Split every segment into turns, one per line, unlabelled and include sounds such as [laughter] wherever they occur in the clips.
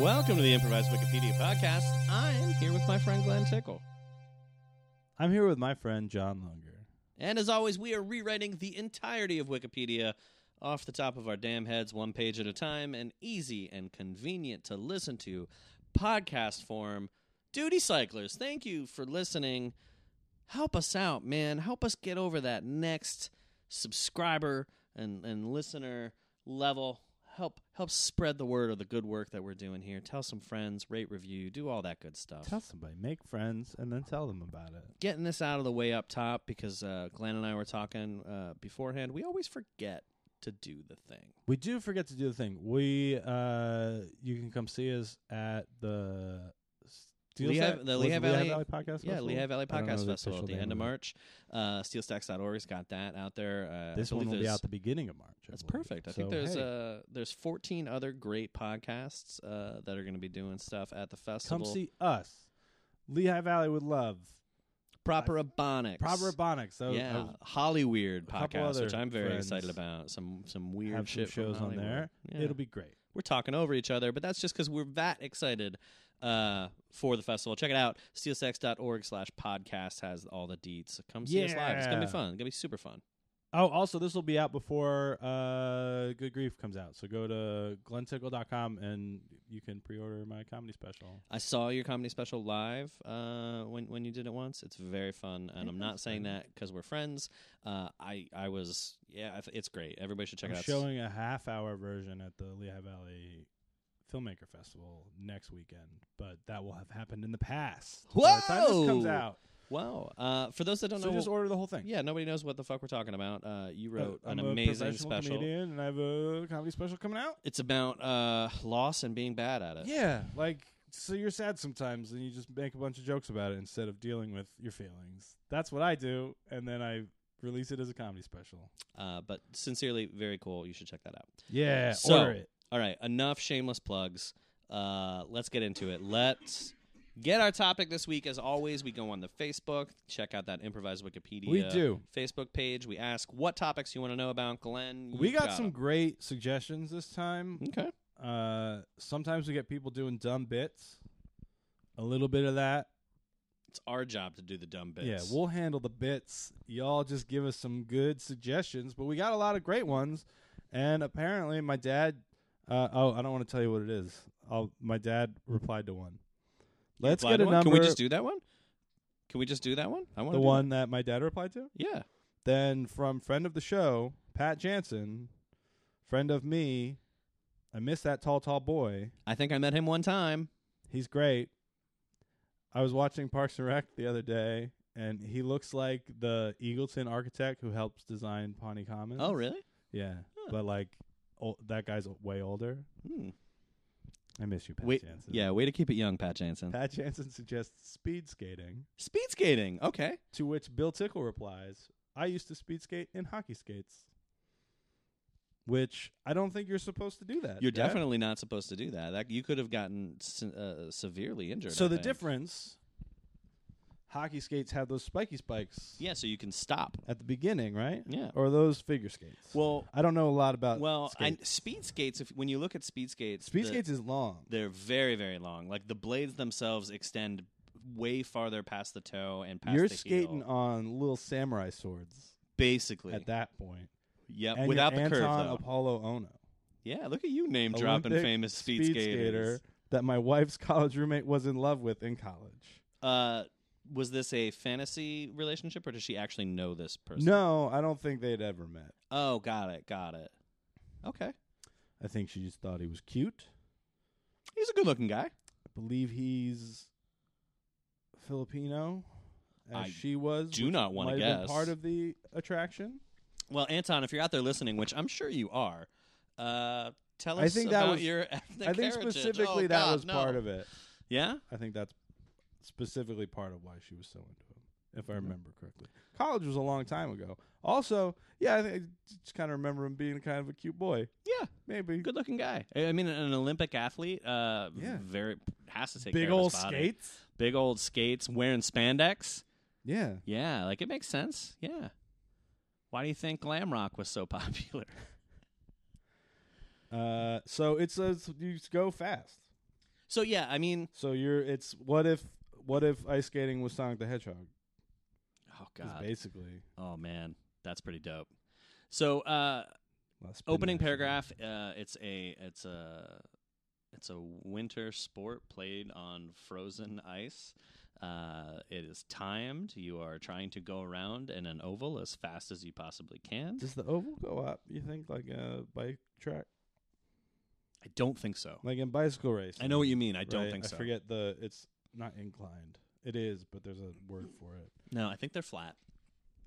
Welcome to the Improvised Wikipedia podcast. I'm here with my friend Glenn Tickle.
I'm here with my friend John Lunger.
And as always, we are rewriting the entirety of Wikipedia off the top of our damn heads, one page at a time, an easy and convenient to listen to podcast form. Duty Cyclers, thank you for listening. Help us out, man. Help us get over that next subscriber and, and listener level. Help help spread the word of the good work that we're doing here. Tell some friends, rate, review, do all that good stuff
Tell somebody, make friends, and then tell them about it.
getting this out of the way up top because uh, Glenn and I were talking uh, beforehand. We always forget to do the thing.
We do forget to do the thing. We uh you can come see us at the Steel
Lehigh-
Stack-
the
was it
Lehigh Valley-
Podcast
yeah,
Festival?
Lehigh Valley
I don't know
Podcast
the
Festival
official
at the
name
end of
it.
March. Uh, Steelstacks.org's got that out there. Uh,
This
I
one
believe
will be
there's-
out the beginning of March. I
That's
believe.
perfect. I
So,
think there's
hey,
uh, there's 14 other great podcasts uh, that are going to be doing stuff at the festival.
come see us. Lehigh Valley with love.
Proper Abonics.
Proper Bonics. uh, I was- I
yeah,
was-
Holly Weird
couple
podcast, which
other
I'm very
friends
excited about. Some some weird
have some
shit from
shows on
Hollywood.
there.
Yeah.
It'll be great.
we're talking over each other, but that's just because we're that excited uh, for the festival. Check it out. Steelsex.org slash podcast has all the deets. Come see us live. It's going to be
Yeah.
fun. It's going to be super fun.
Oh, also, this will be out before uh, Good Grief comes out. So go to glensickle.com and you can pre order my comedy special.
I saw your comedy special live uh, when, when you did it once. It's very fun. And I'm not saying that because we're friends. Uh, I, I was, yeah, I- it's great. Everybody should check
I'm
it out.
showing a half hour version at the Lehigh Valley Filmmaker Festival next weekend, but that will have happened in the past. By the time
Whoa!
this comes out.
wow. Uh, for those that don't
So
know,
just order the whole thing.
yeah, nobody knows what the fuck we're talking about. Uh, you
Uh,
wrote an
I'm a
amazing
professional
special.
comedian and I have a comedy special coming out.
It's about uh, loss and being bad at it.
Yeah, like so you're sad sometimes, and you just make a bunch of jokes about it instead of dealing with your feelings. That's what I do, and then I release it as a comedy special.
Uh, but sincerely, very cool. You should check that out.
Yeah,
So-
order it.
All right, enough shameless plugs. Uh, let's get into it. Let's get our topic this week. As always, we go on the Facebook. Check out that improvised Wikipedia.
We do.
Facebook page. We ask what topics you want to know about. Glenn,
We
you've
got some
'em.
great suggestions this time.
Okay.
Uh, sometimes we get people doing dumb bits. A little bit of that.
It's our job to do the dumb bits.
Yeah, we'll handle the bits. Y'all just give us some good suggestions, but we got a lot of great ones. And apparently, my dad. Uh, oh, I don't want to tell you what it is. I'll, my dad replied to one. Let's
Reply
get
to
a
one?
number.
Can we just do that one? Can we just do that one? I want
the one that my dad replied to.
Yeah.
Then from friend of the show, Pat Jansen, friend of me. I miss that tall, tall boy.
I think I met him one time.
He's great. I was watching Parks and Rec the other day, and he looks like the Eagleton architect who helps design Pawnee Commons.
Oh, really?
Yeah,
Huh.
but like ol that guy's way older.
Hmm.
I miss you, Pat
Wait.
Jansen.
Yeah. Way to keep it young, Pat Jansen.
Pat Jansen suggests speed skating,
Speed skating. Okay.
to which Bill Tickle replies, "I used to speed skate in hockey skates." Which I don't think you're supposed to do that.
You're
Dad.
definitely not supposed to do that. that you could have gotten se- uh, severely injured.
So
I
the
think.
difference hockey skates have those spiky spikes.
yeah. So you can stop.
at the beginning, right?
Yeah.
Or those figure skates?
Well,
I don't know a lot
Uh,
about.
well, I,
skates.
speed skates. If when you look at speed skates,
uh, speed
the-
skates is long.
they're very very long. Like the blades themselves extend way farther past the toe and past
You're
the heel,
skating on little samurai swords
basically.
at that point,
yep,
and
Uh, without the
you're
curve.
Anton
though.
Apollo Ono,
yeah, look at you name dropping
Olympic
famous speed, skaters.
skater that my wife's [laughs] college roommate was in love with in college.
Uh, was this a fantasy relationship or does she actually know this person?
No, I don't think they'd ever met.
Oh, got it, got it. Okay,
I think she just thought he was cute.
he's a good looking guy.
I believe he's Filipino, as
I
she was.
do
which
not wanna
might have been
guess.
part of the attraction.
Well, Anton, if you're out there listening, which I'm sure you are, uh, tell us
I think that
about
was-
your [laughs] ethnic
I think
heritage.
specifically
Oh,
that
God,
was
no.
part of it.
Yeah,
I think that's specifically part of why she was so into him, if I remember correctly. College was a long time ago. Also, yeah, I, think, I just kind of remember him being kind of a cute boy.
yeah,
Maybe
good looking guy. I I mean, an Olympic athlete. Uh,
Yeah.
very has to take
big
care of
old
his body.
skates.
big old skates, wearing spandex.
Yeah,
Yeah, like it makes sense. Yeah. Why do you think glam rock was so [laughs] popular?
Uh, so it says you go fast.
So yeah, I mean,
So you're it's what if what if ice skating was Sonic the Hedgehog?
oh
Is
god,
basically
oh man, that's pretty dope. So uh,
Well, spin
opening
that shit.
paragraph, uh, it's a it's a it's a winter sport played on frozen ice. Uh, it is timed. You are trying to go around in an oval as fast as you possibly can.
Does the oval go up? You think like a bike track,
I don't think so.
like in bicycle race?
I know what you mean. I don't think so.
I forget the. It's not inclined. It is, but there's a word for it.
No, I think they're flat.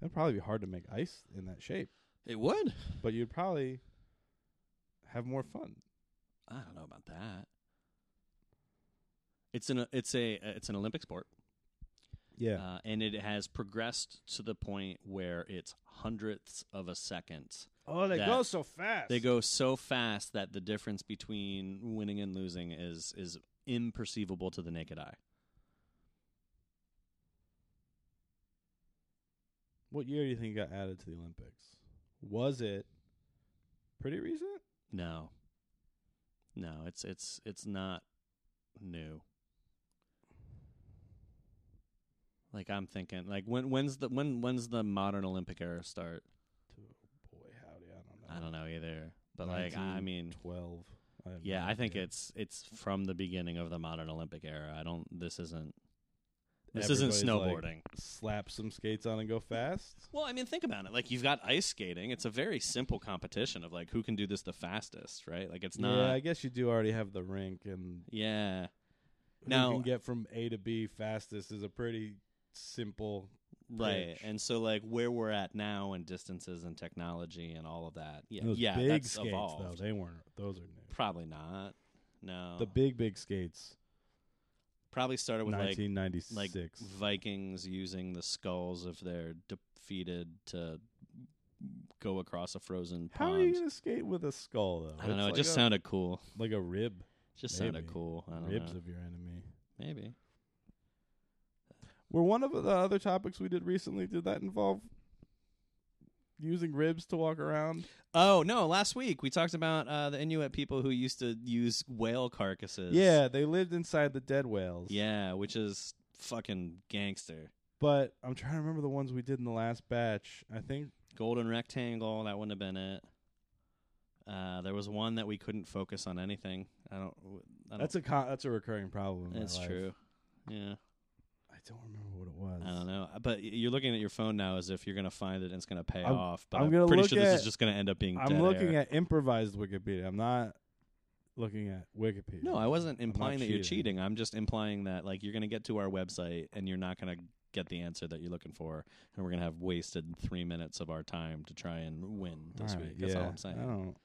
That'd probably be hard to make ice in that shape,
It would.
but you'd probably have more fun.
I don't know about that. It's an it's a it's an Olympic sport.
Yeah.
Uh, and it has progressed to the point where it's hundredths of a second.
oh, they
that-
go so fast.
They go so fast that the difference between winning and losing is is imperceivable to the naked eye.
What year do you think got added to the Olympics? Was it pretty recent?
No. No, it's it's it's not new. Like I'm thinking, like when when's the when when's the modern Olympic era start?
Boy, howdy, I don't know.
I don't know either. But like I
19,
mean,
twelve. I have
yeah,
no
I think
idea.
it's it's from the beginning of the modern Olympic era. I don't. This isn't. This
Everybody's
isn't
like-
snowboarding.
slap some skates on and go fast.
Well, I mean, think about it. Like you've got ice skating. It's a very simple competition of like who can do this the fastest, right? Like it's
Yeah, I
not.
guess you do already have the rink, and
Yeah.
who
Now-
can get from A to B fastest is a pretty simple.
Right.
pitch.
And so like where we're at now and distances and technology and all of that. Yeah.
Those
yeah,
big
that's
skates
evolved.
though they weren't. Those are new.
Probably not. No.
The big big skates.
probably started with like
Nineteen ninety
like
six.
Vikings using the skulls of their defeated to go across a frozen
How
pond.
are you gonna skate with a skull though?
I don't
It's
know.
Like
it just
a,
sounded cool.
like a rib.
Just sounded
Maybe.
cool. I don't
Ribs
know.
of your enemy.
Maybe.
Were one of the other topics we did recently? Did that involve using ribs to walk around?
Oh no! Last week we talked about uh, the Inuit people who used to use whale carcasses.
Yeah, they lived inside the dead whales.
yeah, which is fucking gangster.
But I'm trying to remember the ones we did in the last batch. I think
Golden rectangle. That wouldn't have been it. Uh, there was one that we couldn't focus on anything. I don't. I don't
that's a con- that's a recurring problem. in my
That's
life.
true. Yeah,
I don't remember what it was.
I don't know. But y- you're looking at your phone now as if you're gonna find it and it's gonna pay
I'm-
off. But
I'm
I'm,
gonna
pretty
look
sure this
at-
is just gonna end up being.
I'm looking at improvised Wikipedia. I'm not looking at Wikipedia.
No, I wasn't implying that you're
cheating.
cheating. I'm just implying that like you're going to get to our website and you're not going to get the answer that you're looking for, and we're going to have wasted three minutes of our time to try and win this
All right,
week. That's all
yeah,
I'm
I
saying.
don't.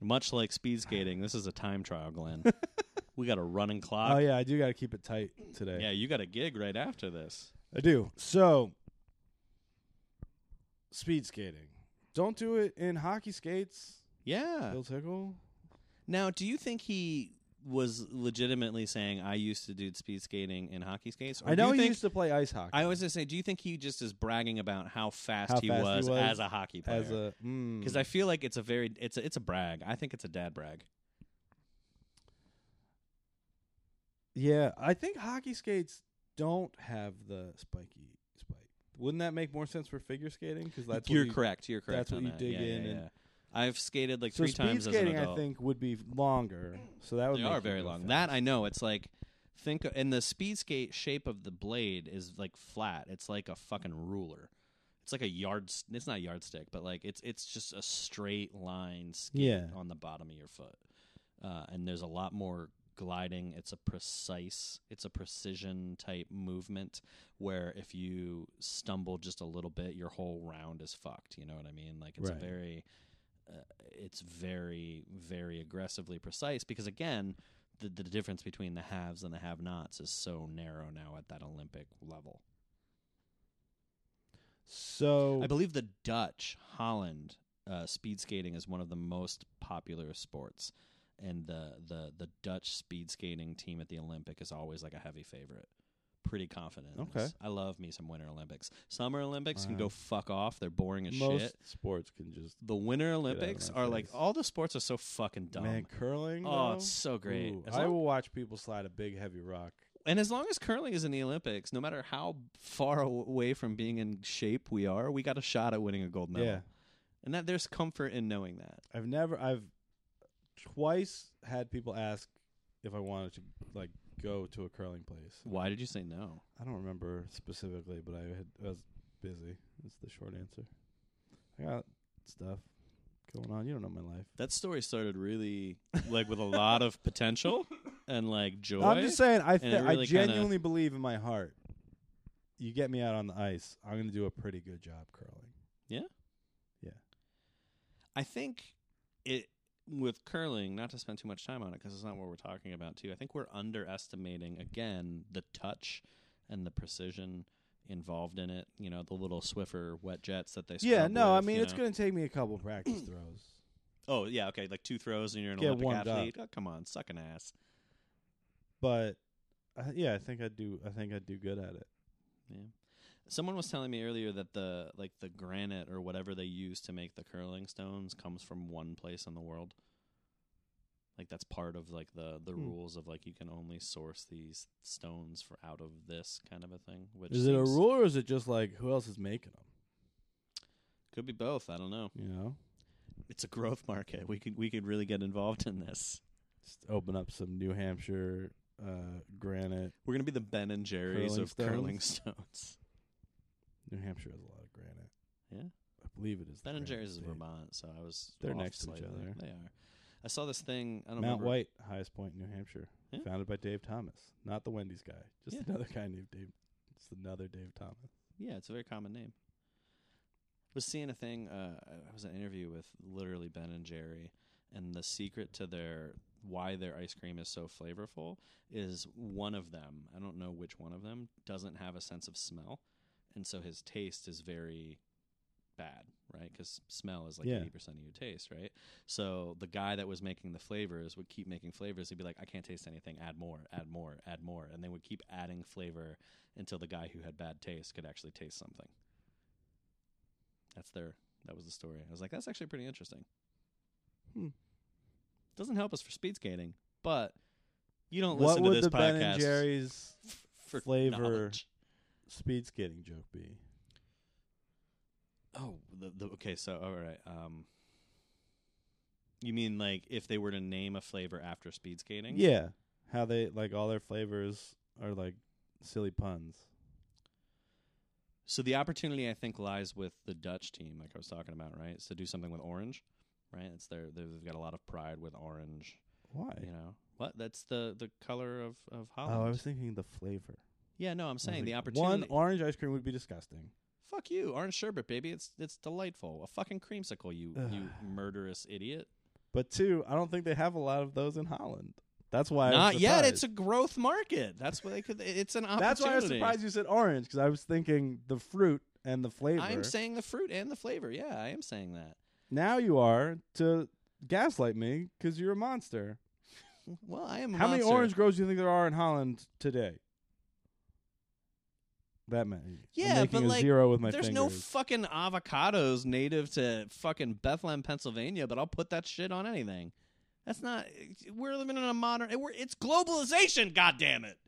Much like speed skating, this is a time trial, Glenn.
[laughs]
we got a running clock.
Oh yeah, I do got to keep it tight today.
yeah, you got a gig right after this.
I do. So, speed skating. Don't do it in hockey skates.
Yeah.
Bill Tickle.
Now, do you think he was legitimately saying I used to do speed skating in hockey skates? Or
I
do
know
you
he
think-
used to play ice hockey.
I was going to say, do you think he just is bragging about how fast,
How
he,
fast he
was
was
as a hockey player?
as a mm.
because I feel like it's a very it's a, it's a brag. I think it's a dad brag.
Yeah, I think hockey skates don't have the spiky spike. Wouldn't that make more sense for figure skating? Because that's
you're
what you,
correct. You're correct.
that's what
on
you
that.
dig
Yeah, yeah,
in and-
yeah. I've skated like
so
three
speed
times
skating,
as an adult.
I think, would be longer. So that would
they
make
are
it
very
go
long.
fast.
That I know. It's like think and the speed skate shape of the blade is like flat. It's like a fucking ruler. It's like a yard. It's not a yardstick, but like it's it's just a straight line skate
Yeah.
on the bottom of your foot. Uh, and there's a lot more gliding. It's a precise. It's a precision type movement where if you stumble just a little bit, your whole round is fucked. You know what I mean? Like it's
Right.
a very uh, it's very very aggressively precise because again the, the difference between the haves and the have nots is so narrow now at that olympic level
So
i believe the dutch holland uh, speed skating is one of the most popular sports and the, the, the dutch speed skating team at the olympic is always like a heavy favorite pretty confident. in
Okay.
this. I love me some Winter Olympics. Summer Olympics can
Wow.
go fuck off. They're boring as
Most
shit.
sports can just
The Winter Olympics
my
are like
face.
all the sports are so fucking dumb.
man curling.
oh,
though?
it's so great.
Ooh,
As
I
long-
will watch people slide a big heavy rock.
and as long as curling is in the Olympics, no matter how far away from being in shape we are, we got a shot at winning a gold medal.
Yeah,
And that there's comfort in knowing that.
I've never. I've twice had people ask if I wanted to like go to a curling place.
Why did you say no?
I don't remember specifically, but I, had, I was busy. That's the short answer. I got stuff going on. You don't know my life.
That story started really like with a lot of potential and like joy.
I'm just saying. I thi-
it
I
really kinda-
genuinely believe in my heart. You get me out on the ice, I'm going to do a pretty good job curling.
I think it with curling, not to spend too much time on it because it's not what we're talking about too. I think we're underestimating again the touch and the precision involved in it. You know, the little Swiffer wet jets that they.
yeah,
scrub
no, I
with,
mean
you
it's
know.
going to take me a couple practice throws.
Oh yeah, okay, like two throws and you're an
Get
Olympic
warmed up.
athlete. Oh, come on, suck an ass.
But I, yeah, I think I do. I think I do good at it.
Someone was telling me earlier that the like the granite or whatever they use to make the curling stones comes from one place in the world. Like that's part of like the the
Hmm.
rules of like you can only source these stones for out of this kind of a thing. Which
Is it a
seems-
rule or is it just like who else is making them?
Could be both. I don't know.
You know,
It's a growth market. We could we could really get involved in this.
just open up some New Hampshire uh, granite.
We're gonna be the Ben and Jerry's
Curling
of curling [laughs] stones.
New Hampshire has a lot of granite.
Yeah?
I believe it is. the
Ben and
granite
Jerry's is
state.
Vermont, so I was
They're
off
next to each
slightly.
other.
They are. I saw this thing. I don't
Mount
remember.
White, highest point, in New Hampshire,
Yeah.
founded by Dave Thomas, not the Wendy's guy, just
Yeah.
another guy named Dave. Just another Dave Thomas.
Yeah, it's a very common name. Was seeing a thing. Uh, I was in an interview with literally Ben and Jerry, and the secret to their why their ice cream is so flavorful is one of them. I don't know which one of them doesn't have a sense of smell, and so his taste is very bad, right? Because smell is like
Yeah.
eighty percent of your taste, right? So the guy that was making the flavors would keep making flavors. He'd be like, "I can't taste anything. Add more. Add more. Add more," and they would keep adding flavor until the guy who had bad taste could actually taste something. That's their that was the story. I was like, that's actually pretty interesting.
Hmm.
Doesn't help us for speed skating, but you don't
what
listen to
would
this
the
podcast
Ben and Jerry's
f- for
flavor-
knowledge.
speed skating joke be?
Oh, the, the okay. So all right. Um, you mean like if they were to name a flavor after speed skating?
Yeah, how they like all their flavors are like silly puns.
So the opportunity I think lies with the Dutch team, like I was talking about, right? Is to do something with orange, right? It's their they've got a lot of pride with orange.
Why?
You know what? That's the the color of of Holland.
Oh, I was thinking the flavor.
yeah, no, I'm
I was
saying the
like,
opportunity.
One orange ice cream would be disgusting.
Fuck you, orange sherbet, baby. It's it's delightful. A fucking creamsicle, you
Ugh.
you murderous idiot.
But two, I don't think they have a lot of those in Holland. That's why. I
Not
was
yet.
surprised.
It's a growth market. That's what they could. It's an opportunity.
That's why I was surprised you said orange because I was thinking the fruit and the flavor.
I'm saying the fruit and the flavor. Yeah, I am saying that.
now you are to gaslight me because you're a monster.
Well, I am. a
How many
monster.
orange groves do you think there are in Holland today? That many.
Yeah,
I'm making
but,
a
like,
zero with my
There's
fingers.
no fucking avocados native to fucking Bethlehem, Pennsylvania, but I'll put that shit on anything. That's not. We're living in a modern. We're, it's globalization. God damn it.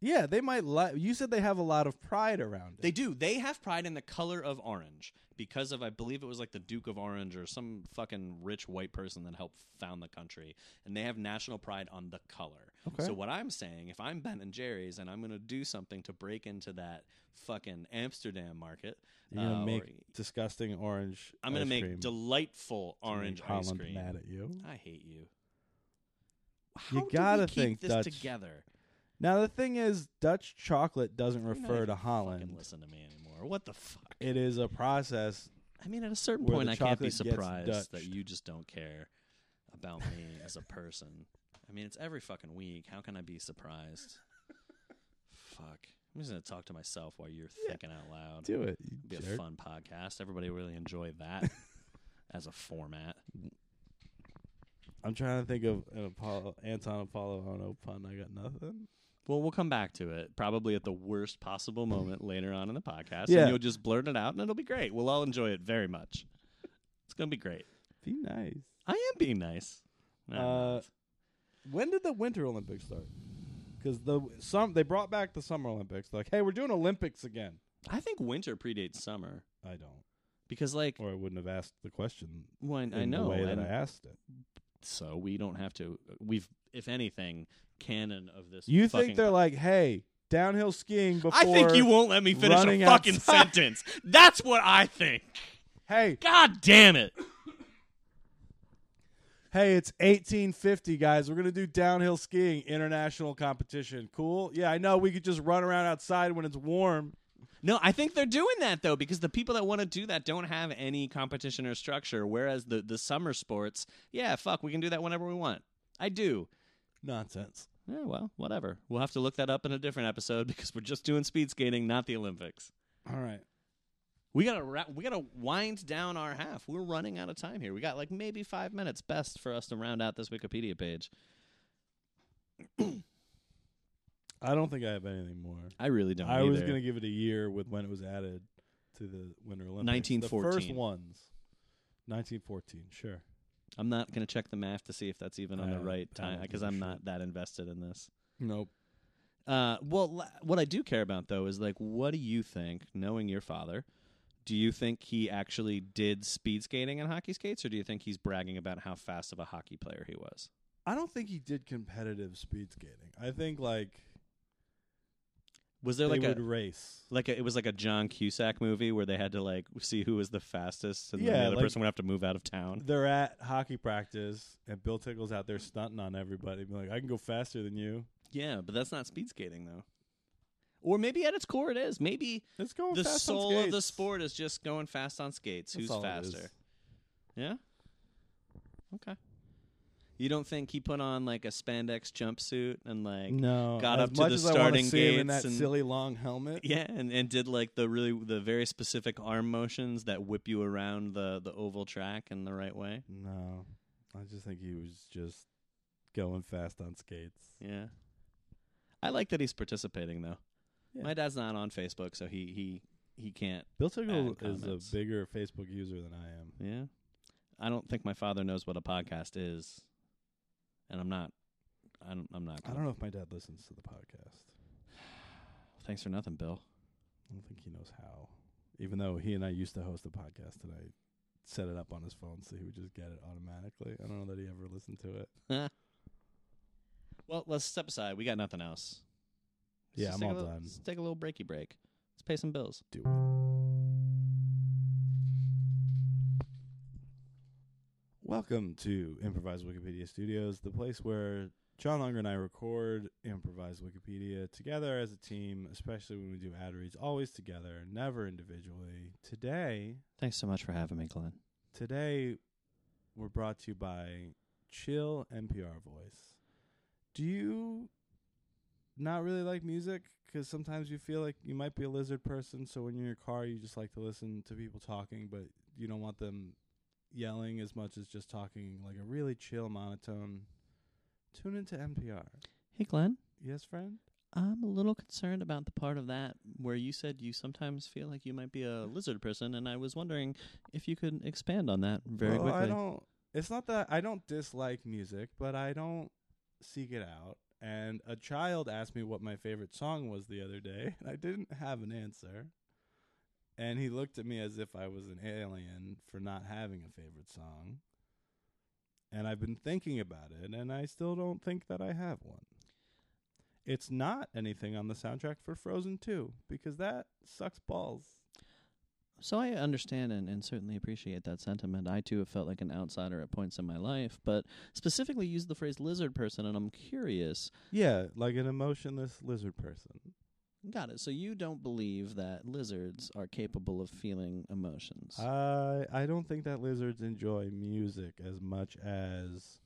yeah, they might. Li- you said they have a lot of pride around it.
They do. They have pride in the color of orange because of I believe it was like the Duke of Orange or some fucking rich white person that helped found the country, and they have national pride on the color.
Okay.
So what I'm saying, if I'm Ben and Jerry's and I'm going to do something to break into that fucking Amsterdam market,
You're gonna
uh,
make
or-
disgusting orange.
I'm going
ice
to make
cream
delightful
to make
orange ice
Holland
cream.
Mad at you.
I hate you. How
You
do we
gotta
keep
think
this
Dutch
together.
Now the thing is, Dutch chocolate doesn't
You're not
refer
even
to
fucking
Holland.
Listen to me anymore. What the fuck?
It is a process
I mean, at a certain
where
point,
the
I can't be
chocolate gets
surprised that
Dutched.
you just don't care about me as a person. I mean, it's every fucking week. How can I be surprised? Fuck. I'm just gonna talk to myself while you're thinking out loud.
Do it.
Be
You
a
jerk.
fun
[laughs]
podcast. Everybody really enjoy that as a format.
I'm trying to think of an Apollo, Anton Apollo. I don't know pun. I got nothing.
Well, we'll come back to it probably at the worst possible moment later on in the podcast.
Yeah.
And you'll just blurt it out and it'll be great. We'll all enjoy it very much. It's going to be great.
Be nice.
I am being nice. No, I'm
Uh,
not.
When did the Winter Olympics start? Because the some they brought back the Summer Olympics. Like, hey, we're doing Olympics again.
I think winter predates summer
I don't,
because, like,
or I wouldn't have asked the question.
when I
in the
know,
way that
and
I asked it.
so we don't have to. We've, if anything, canon of this.
You
fucking
think they're like, hey, downhill skiing before?
I think you won't let me finish
running
a fucking
outside.
sentence. That's what I think.
Hey,
God damn it.
hey, it's 1850, guys. We're gonna do downhill skiing international competition. Cool. Yeah, I know. We could just run around outside when it's warm.
No, I think they're doing that though because the people that want to do that don't have any competition or structure. Whereas the the summer sports, yeah, fuck, we can do that whenever we want. I do.
Nonsense.
Yeah, well, whatever. We'll have to look that up in a different episode [laughs] because we're just doing speed skating, not the Olympics.
All right.
We gotta ra- we gotta wind down our half. We're running out of time here. We got like maybe five minutes best for us to round out this Wikipedia page.
I don't think I have anything more.
I really don't.
I was
either.
going to give it a year with when it was added to the Winter Olympics. The first
1914.
ones. 1914, sure.
I'm not gonna check the math to see if that's even on
I
the
don't-
right
I
time
don't
because
give a
I'm
shit.
not that invested in this.
Nope.
Uh, well, la- what I do care about though is like, what do you think? Knowing your father, do you think he actually did speed skating and hockey skates, or do you think he's bragging about how fast of a hockey player he was?
I don't think he did competitive speed skating. I think like
Was
they
there like
would
a
race.
like a, it was like a John Cusack movie where they had to like see who was the fastest, and then
Yeah,
the other
like-
person would have to move out of town.
They're at hockey practice, and Bill Tickle's out there stunting on everybody, being like, "I can go faster than you."
Yeah, but that's not speed skating though. Or maybe at its core it is. Maybe
It's going
the
Oh, fast on
soul of the
skates.
sport is just going fast on skates.
That's
Who's
all it is.
faster? Yeah. Okay. You don't think he put on like a spandex jumpsuit and like
No,
got
as
up to
much
the
as I wanna
starting
see him in
gates
that
and-
silly long
[laughs]
helmet.
yeah, and, and did like the really the very specific arm motions that whip you around the the oval track in the right way.
No, I just think he was just going fast on skates.
Yeah. I like that he's participating though.
Yeah.
My dad's not on Facebook, so he he he can't.
Bill Tickle
Add
is a
comments.
bigger Facebook user than I am.
Yeah. I don't think my father knows what a podcast is, and I'm not. I don't. I'm not.
I don't know if my dad listens to the podcast.
Thanks for nothing, Bill.
I don't think he knows how. Even though he and I used to host a podcast and I set it up on his phone so he would just get it automatically. I don't know that he ever listened to it.
Well, let's step aside. We got nothing else. Let's
Yeah,
just
I'm
take a
all
little-
done.
Let's take a little breaky break. Let's pay some bills.
Do it. Welcome to Improvised Wikipedia Studios, the place where John Unger and I record improvised Wikipedia together as a team, especially when we do ad reads, always together, never individually. Today,
Thanks so much for having me, Glenn.
Today, we're brought to you by Chill NPR Voice. Do you not really like music? 'Cause sometimes you feel like you might be a lizard person, so when you're in your car, you just like to listen to people talking, but you don't want them yelling as much as just talking like a really chill monotone. Tune into NPR.
Hey, Glenn.
Yes, friend?
I'm a little concerned about the part of that where you said you sometimes feel like you might be a lizard person, and I was wondering if you could expand on that very
well,
quickly.
I don't. It's not that I don't dislike music, but I don't seek it out. And a child asked me what my favorite song was the other day, [laughs] and I didn't have an answer. And he looked at me as if I was an alien for not having a favorite song. And I've been thinking about it, and I still don't think that I have one. It's not anything on the soundtrack for Frozen 2 because that sucks balls.
So I understand and, and certainly appreciate that sentiment. I too have felt like an outsider at points in my life, but specifically used the phrase lizard person, and I'm curious.
Yeah, like an emotionless lizard person.
Got it. So you don't believe that lizards are capable of feeling emotions.
I I don't think that lizards enjoy music as much as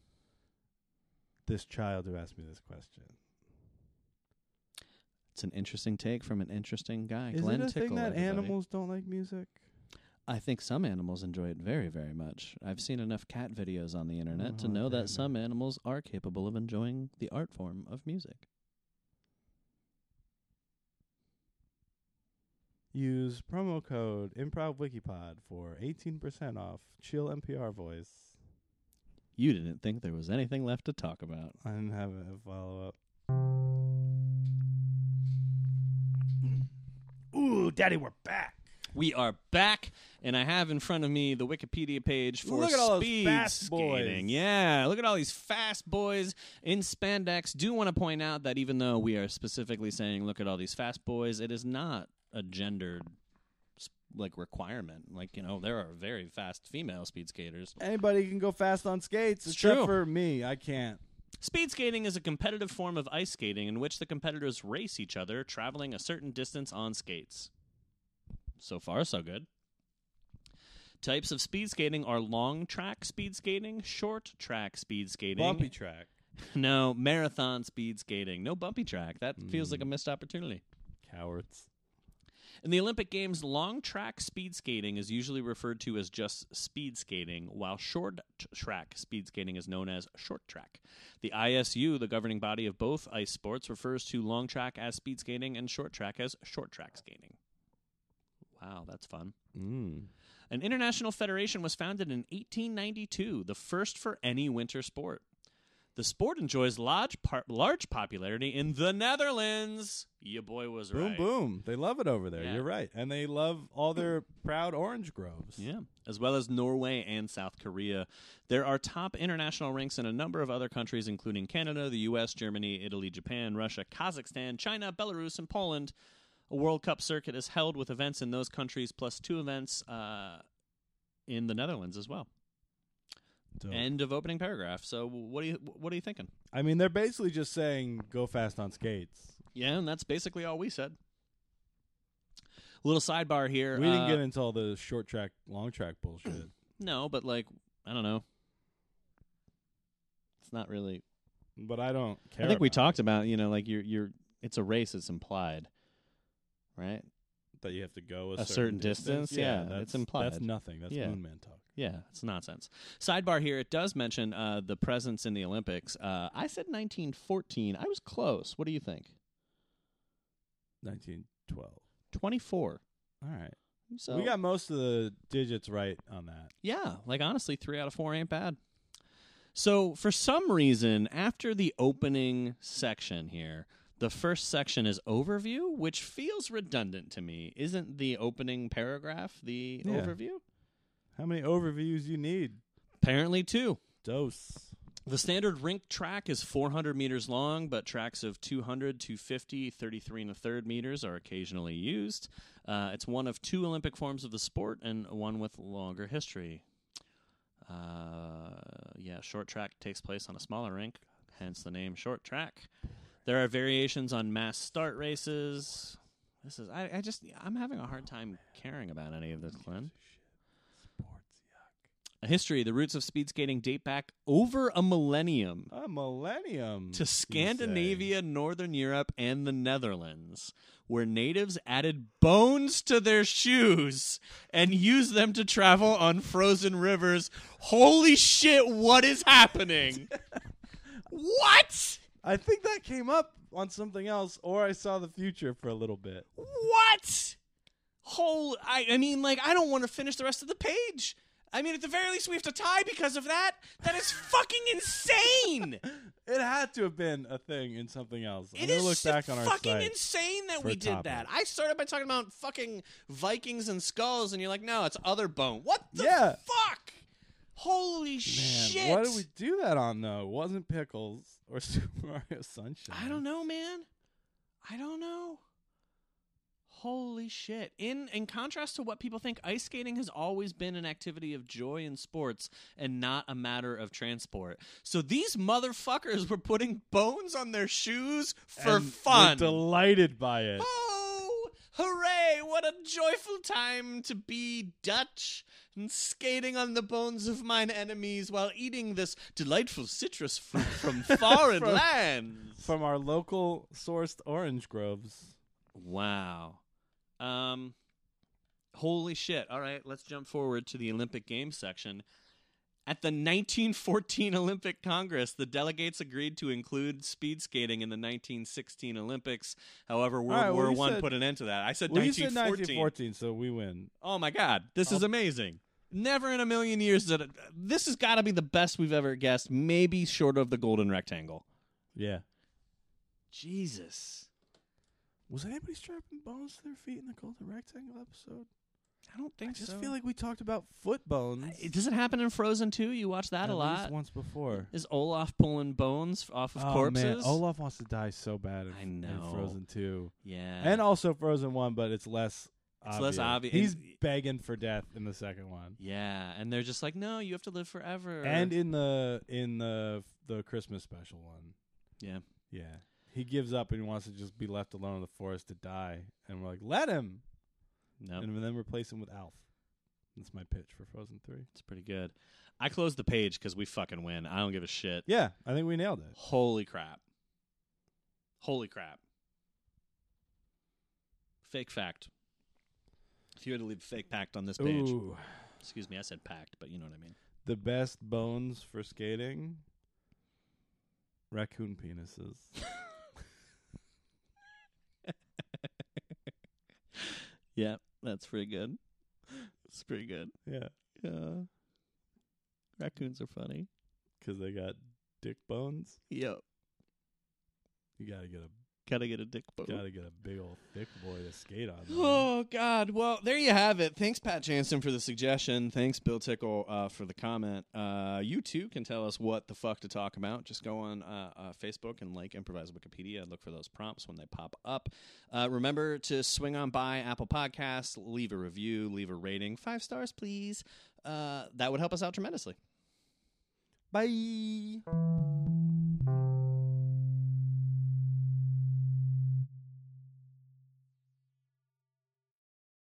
this child who asked me this question.
it's an interesting take from an interesting guy,
Is
Glenn
it a
Tickle.
thing that
everybody.
animals don't like music?
I think some animals enjoy it very, very much. I've seen enough cat videos on the internet to
Oh,
know
damn it.
that some animals are capable of enjoying the art form of music.
Use promo code ImprovWikipod for 18% off Chill NPR Voice.
You didn't think there was anything left to talk about.
I didn't have a follow up. [clears throat] Ooh, Daddy, we're back.
We are back, and I have in front of me the Wikipedia page for
Look at all those
speed
fast boys.
skating. Yeah, look at all these fast boys in spandex. Do want to point out that even though we are specifically saying look at all these fast boys, it is not a gendered s- like requirement. Like you know, there are very fast female speed skaters.
Anybody can go fast on skates
It's
except
true.
for me. I can't.
Speed skating is a competitive form of ice skating in which the competitors race each other, traveling a certain distance on skates. So far, so good. Types of speed skating are long track speed skating, short track speed skating. [laughs]
Bumpy track.
No, marathon speed skating. No bumpy track. That feels
Mm.
like a missed opportunity.
Cowards.
In the Olympic Games, long track speed skating is usually referred to as just speed skating, while short t- track speed skating is known as short track. The ISU, the governing body of both ice sports, refers to long track as speed skating and short track as short track skating. Wow, that's fun.
Mm.
An international federation was founded in 1892, the first for any winter sport. The sport enjoys large, par- large popularity in the Netherlands. Your boy was
Boom,
right.
boom. They love it over there.
Yeah.
You're right. And they love all their proud orange groves.
Yeah, as well as Norway and South Korea. There are top international ranks in a number of other countries, including Canada, the U.S., Germany, Italy, Japan, Russia, Kazakhstan, China, Belarus, and Poland. A World Cup circuit is held with events in those countries, plus two events uh, in the Netherlands as well.
Dope.
End of opening paragraph. So, what are you what are you thinking?
I mean, they're basically just saying go fast on skates.
Yeah, and that's basically all we said. Little sidebar here.
We didn't
uh,
get into all the short track, long track bullshit. [clears throat]
no, but like I don't know. It's not really
but I don't care.
I think we
about
talked about you know like you're you're it's a race it's implied, right?
it. that you have to go a,
a certain distance? Yeah, it's
that's
implied.
That's nothing. That's
Yeah.
Moon Man talk.
Yeah, it's nonsense. Sidebar here: it does mention uh, the presence in the Olympics. Uh, I said 1914. I was close. What do you think?
1912.
24.
All right,
So
we got most of the digits right on that.
Yeah, like honestly, three out of four ain't bad. So for some reason, after the opening section here, the first section is overview, which feels redundant to me. Isn't the opening paragraph the
Yeah.
overview?
How many overviews you need?
Apparently, two.
Dose.
The standard rink track is 400 meters long, but tracks of 200, 250, 33 and a third meters are occasionally used. Uh, it's one of two Olympic forms of the sport and one with longer history. Uh, yeah, short track takes place on a smaller rink, hence the name short track. There are variations on mass start races. This is I, I just I'm having a hard time caring about any of this, Glenn.
Sports.
History: The roots of speed skating date back over a millennium.
A millennium you
to Scandinavia, Northern Europe, and the Netherlands, where natives added bones to their shoes and used them to travel on frozen rivers. Holy shit, what is happening? what?
say. I think that came up on something else, or I saw the future for a little bit.
What? Whole I, I mean like I don't want to finish the rest of the page. I mean at the very least we have to tie because of that. That is fucking insane.
It had to have been a thing in something else. I'm
It
gonna
is
look
s-
back on our
fucking
site.
insane that
for
we
a
did
topic.
that. I started by talking about fucking Vikings and skulls, and you're like, no, it's other bone. What the
Yeah.
fuck? Holy
Man,
shit!
what did we do that on though? It wasn't pickles or [laughs] Super Mario Sunshine.
I don't know, man. I don't know. Holy shit. In in contrast to what people think, ice skating has always been an activity of joy in sports and not a matter of transport. So these motherfuckers were putting bones on their shoes for
And we're
fun.
delighted by it.
Oh, hooray! What a joyful time to be Dutch and skating on the bones of mine enemies while eating this delightful citrus fruit
[laughs]
from foreign
From-
lands.
From our local sourced orange groves.
wow. Um, Holy shit. All right, let's jump forward to the Olympic Games section. At the 1914 Olympic Congress, the delegates agreed to include speed skating in the 1916 Olympics. However, World
right, well,
War
you
One
said-
put an end to that. I said
Well, you said
1914.
1914, so we win.
Oh my god, this is amazing. Never in a million years did it, this has got to be the best we've ever guessed, maybe short of the golden rectangle.
Yeah.
Jesus.
Was anybody strapping bones to their feet in the Golden Rectangle episode?
I don't
I
think
just
so.
feel like we talked about foot bones.
I- does it happen in Frozen 2? You watch that
at
a lot?
least once before.
Is Olaf pulling bones off of corpses?
Oh, man, Olaf wants to die so bad in,
I
in
know.
Frozen Two,
yeah.
and also Frozen One, but it's less.
It's
obvious.
less obvious.
He's
And-
begging for death in the second one,
yeah, and they're just like, "No, you have to live forever."
and in the in the the Christmas special one.
Yeah.
yeah. He gives up and he wants to just be left alone in the forest to die, and we're like, "Let him,"
no,
and then replace him with Alf. That's my pitch for Frozen Three.
it's pretty good. I closed the page cuz we fucking win. I don't give a shit.
Yeah, I think we nailed it.
Holy crap. Holy crap. Fake fact. If you had to leave fake pact on this page,
Ooh,
excuse me, I said pact, but you know what I mean.
the best bones for skating: raccoon penises.
Yeah, that's pretty good. It's pretty good.
yeah,
Yeah. Raccoons are funny.
because they got dick bones.
Yep.
You gotta get a
Gotta get a dick bone.
gotta get a big old thick boy to skate [gasps] on. man.
Oh God! Well, there you have it. Thanks, Pat Jansen, for the suggestion. Thanks, Bill Tickle, uh, for the comment. Uh, you too can tell us what the fuck to talk about. Just go on uh, uh, Facebook and like Improvise Wikipedia and look for those prompts when they pop up. Uh, remember to swing on by Apple Podcasts, leave a review, leave a rating, five stars, please. Uh, that would help us out tremendously.
Bye.